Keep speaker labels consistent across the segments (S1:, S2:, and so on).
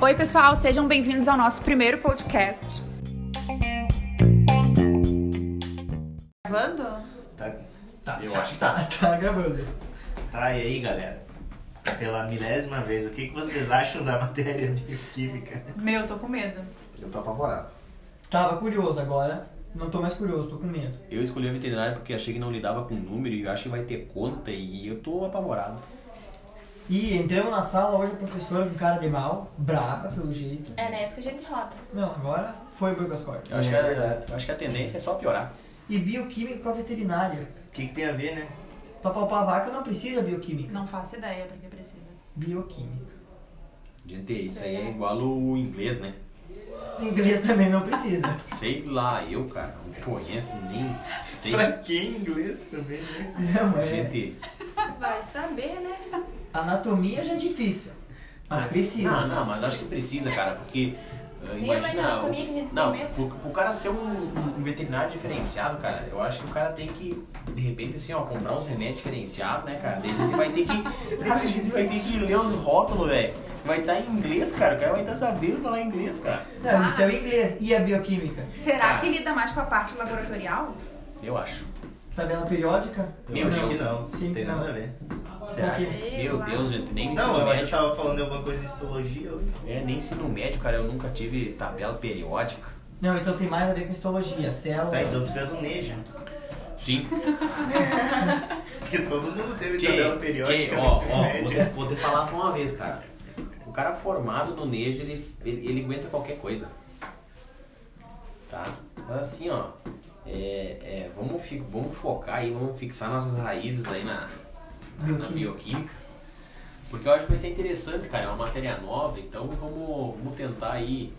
S1: Oi, pessoal, sejam bem-vindos ao nosso primeiro podcast. Gravando?
S2: Tá,
S3: Tá.
S2: Eu acho que tá.
S3: Tá gravando.
S2: Tá, e aí, galera? Pela milésima vez, o que, que vocês acham da matéria bioquímica?
S1: Meu, tô com medo.
S4: Eu tô apavorado.
S3: Tava curioso agora. Não tô mais curioso, tô com medo.
S5: Eu escolhi a veterinária porque achei que não lidava com número e eu acho que vai ter conta e eu tô apavorado.
S3: E entramos na sala hoje a professora com cara de mal, brava pelo jeito.
S6: É nessa que a gente roda.
S3: Não, agora foi boi com as cordas.
S5: Eu acho,
S4: É,
S5: que a,
S4: verdade.
S5: eu acho que a tendência é só piorar.
S3: E bioquímico com a veterinária.
S2: O que, que tem a ver, né?
S3: Pra palpar a vaca não precisa bioquímica.
S1: Não faço ideia porque precisa.
S3: Bioquímica.
S5: Gente, isso aí é igual o inglês, né?
S3: Inglês também não precisa.
S5: Sei lá, eu, cara, não conheço nem sei.
S2: Pra que inglês também, né?
S3: Não, é.
S5: Gente,
S6: Vai saber, né?
S3: Anatomia já é difícil. Mas precisa.
S5: Ah,
S3: né?
S5: Não, não, mas acho que precisa, cara, porque. ah,
S6: Tem mais
S5: Imagina,
S6: anatomia que a gente
S5: o, não,
S6: tem mesmo.
S5: pro, pro cara ser um, um veterinário diferenciado, cara, eu acho que o cara tem que, de repente, assim, ó, comprar uns remédios diferenciados, né, cara? Daí a gente vai ter que, cara, a gente vai ter que ler os rótulos, velho. Vai estar em inglês, cara, o cara vai estar sabendo falar inglês, cara.
S3: Não, isso é o inglês. E a bioquímica?
S1: Será
S5: Tá.
S1: que lida mais com a parte laboratorial?
S5: Eu acho.
S3: Tabela periódica?
S5: Meu
S2: eu acho
S5: Deus.
S2: que não.
S3: Sim,
S2: tem
S3: não.
S2: nada a ver.
S5: Será que?
S6: Sei
S5: Meu
S6: lá.
S5: Deus, gente, nem ensino
S2: Não, tá eu acho que
S5: médio.
S2: tava falando de alguma coisa de histologia hoje.
S5: É, nem ensino médio, cara, eu nunca tive tabela periódica.
S3: Não, então tem mais a ver com histologia,
S2: Tá,
S3: células.
S2: então tu fez um neja.
S5: Sim.
S2: Porque todo mundo teve
S5: Tchê,
S2: tabela periódica
S5: tchê,
S2: no
S5: ó,
S2: ensino
S5: ó, vou, te,
S2: médio.
S5: vou te falar só uma vez, cara. O cara formado no Nejo, ele, ele, ele aguenta qualquer coisa. Tá? Então, assim, ó. é- é, vamos, fi- vamos focar aí, vamos fixar nossas raízes aí na, na- na
S3: Bioquímica.
S5: bioquímica. Porque eu acho que vai ser interessante, cara. É uma matéria nova, então vamos, vamos tentar aí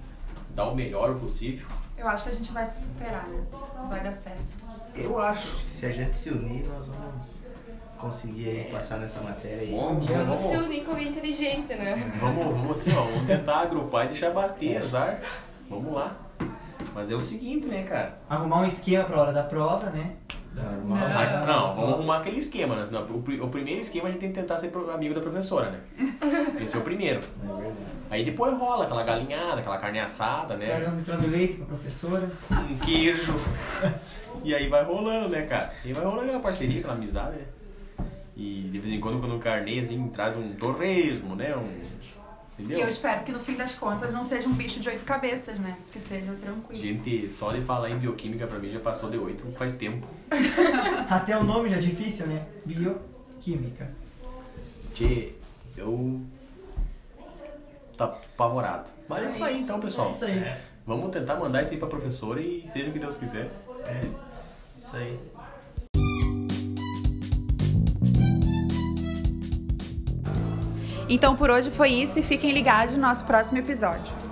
S5: dar o melhor possível.
S1: Eu acho que a gente vai se superar nessa. Vai dar certo.
S5: Eu acho.
S2: Se a gente se unir, nós vamos conseguir passar nessa matéria aí.
S5: Bom,
S6: Vamos se
S5: Um vamos,
S6: unir com alguém inteligente, né?
S5: Vamos, vamos assim, ó, vamos tentar agrupar e deixar bater, azar. Vamos lá. Mas é o seguinte, né, cara?
S3: Arrumar um esquema pra hora da prova, né?
S2: Normal.
S5: Ah, Não, vamos arrumar aquele esquema, né? Não, O, pri- o primeiro esquema a gente tem que tentar ser pro- amigo da professora, né? Esse é o primeiro.
S2: É verdade.
S5: Aí depois rola aquela galinhada, aquela carne assada,
S3: Traz
S5: né?
S3: uns litrão de leite pra professora.
S5: Um queijo. E aí vai rolando, né, cara? E vai rolando aquela parceria, aquela amizade, né? E de vez em quando, quando o carnê, assim, traz um torresmo, né? Um...
S1: E
S5: Entendeu?
S1: eu espero que no fim das contas não seja um bicho de oito cabeças, né? Que seja tranquilo.
S5: Gente, só de falar em bioquímica pra mim já passou de 8 faz tempo.
S3: Até o nome já é difícil, né? Bioquímica.
S5: Tchê, eu. tá apavorado. Mas é isso aí então, pessoal.
S3: É isso aí.
S2: É,
S5: Vamos tentar mandar isso aí pra professora e seja o que Deus quiser.
S2: isso aí.
S1: Então por hoje foi isso e fiquem ligados no nosso próximo episódio.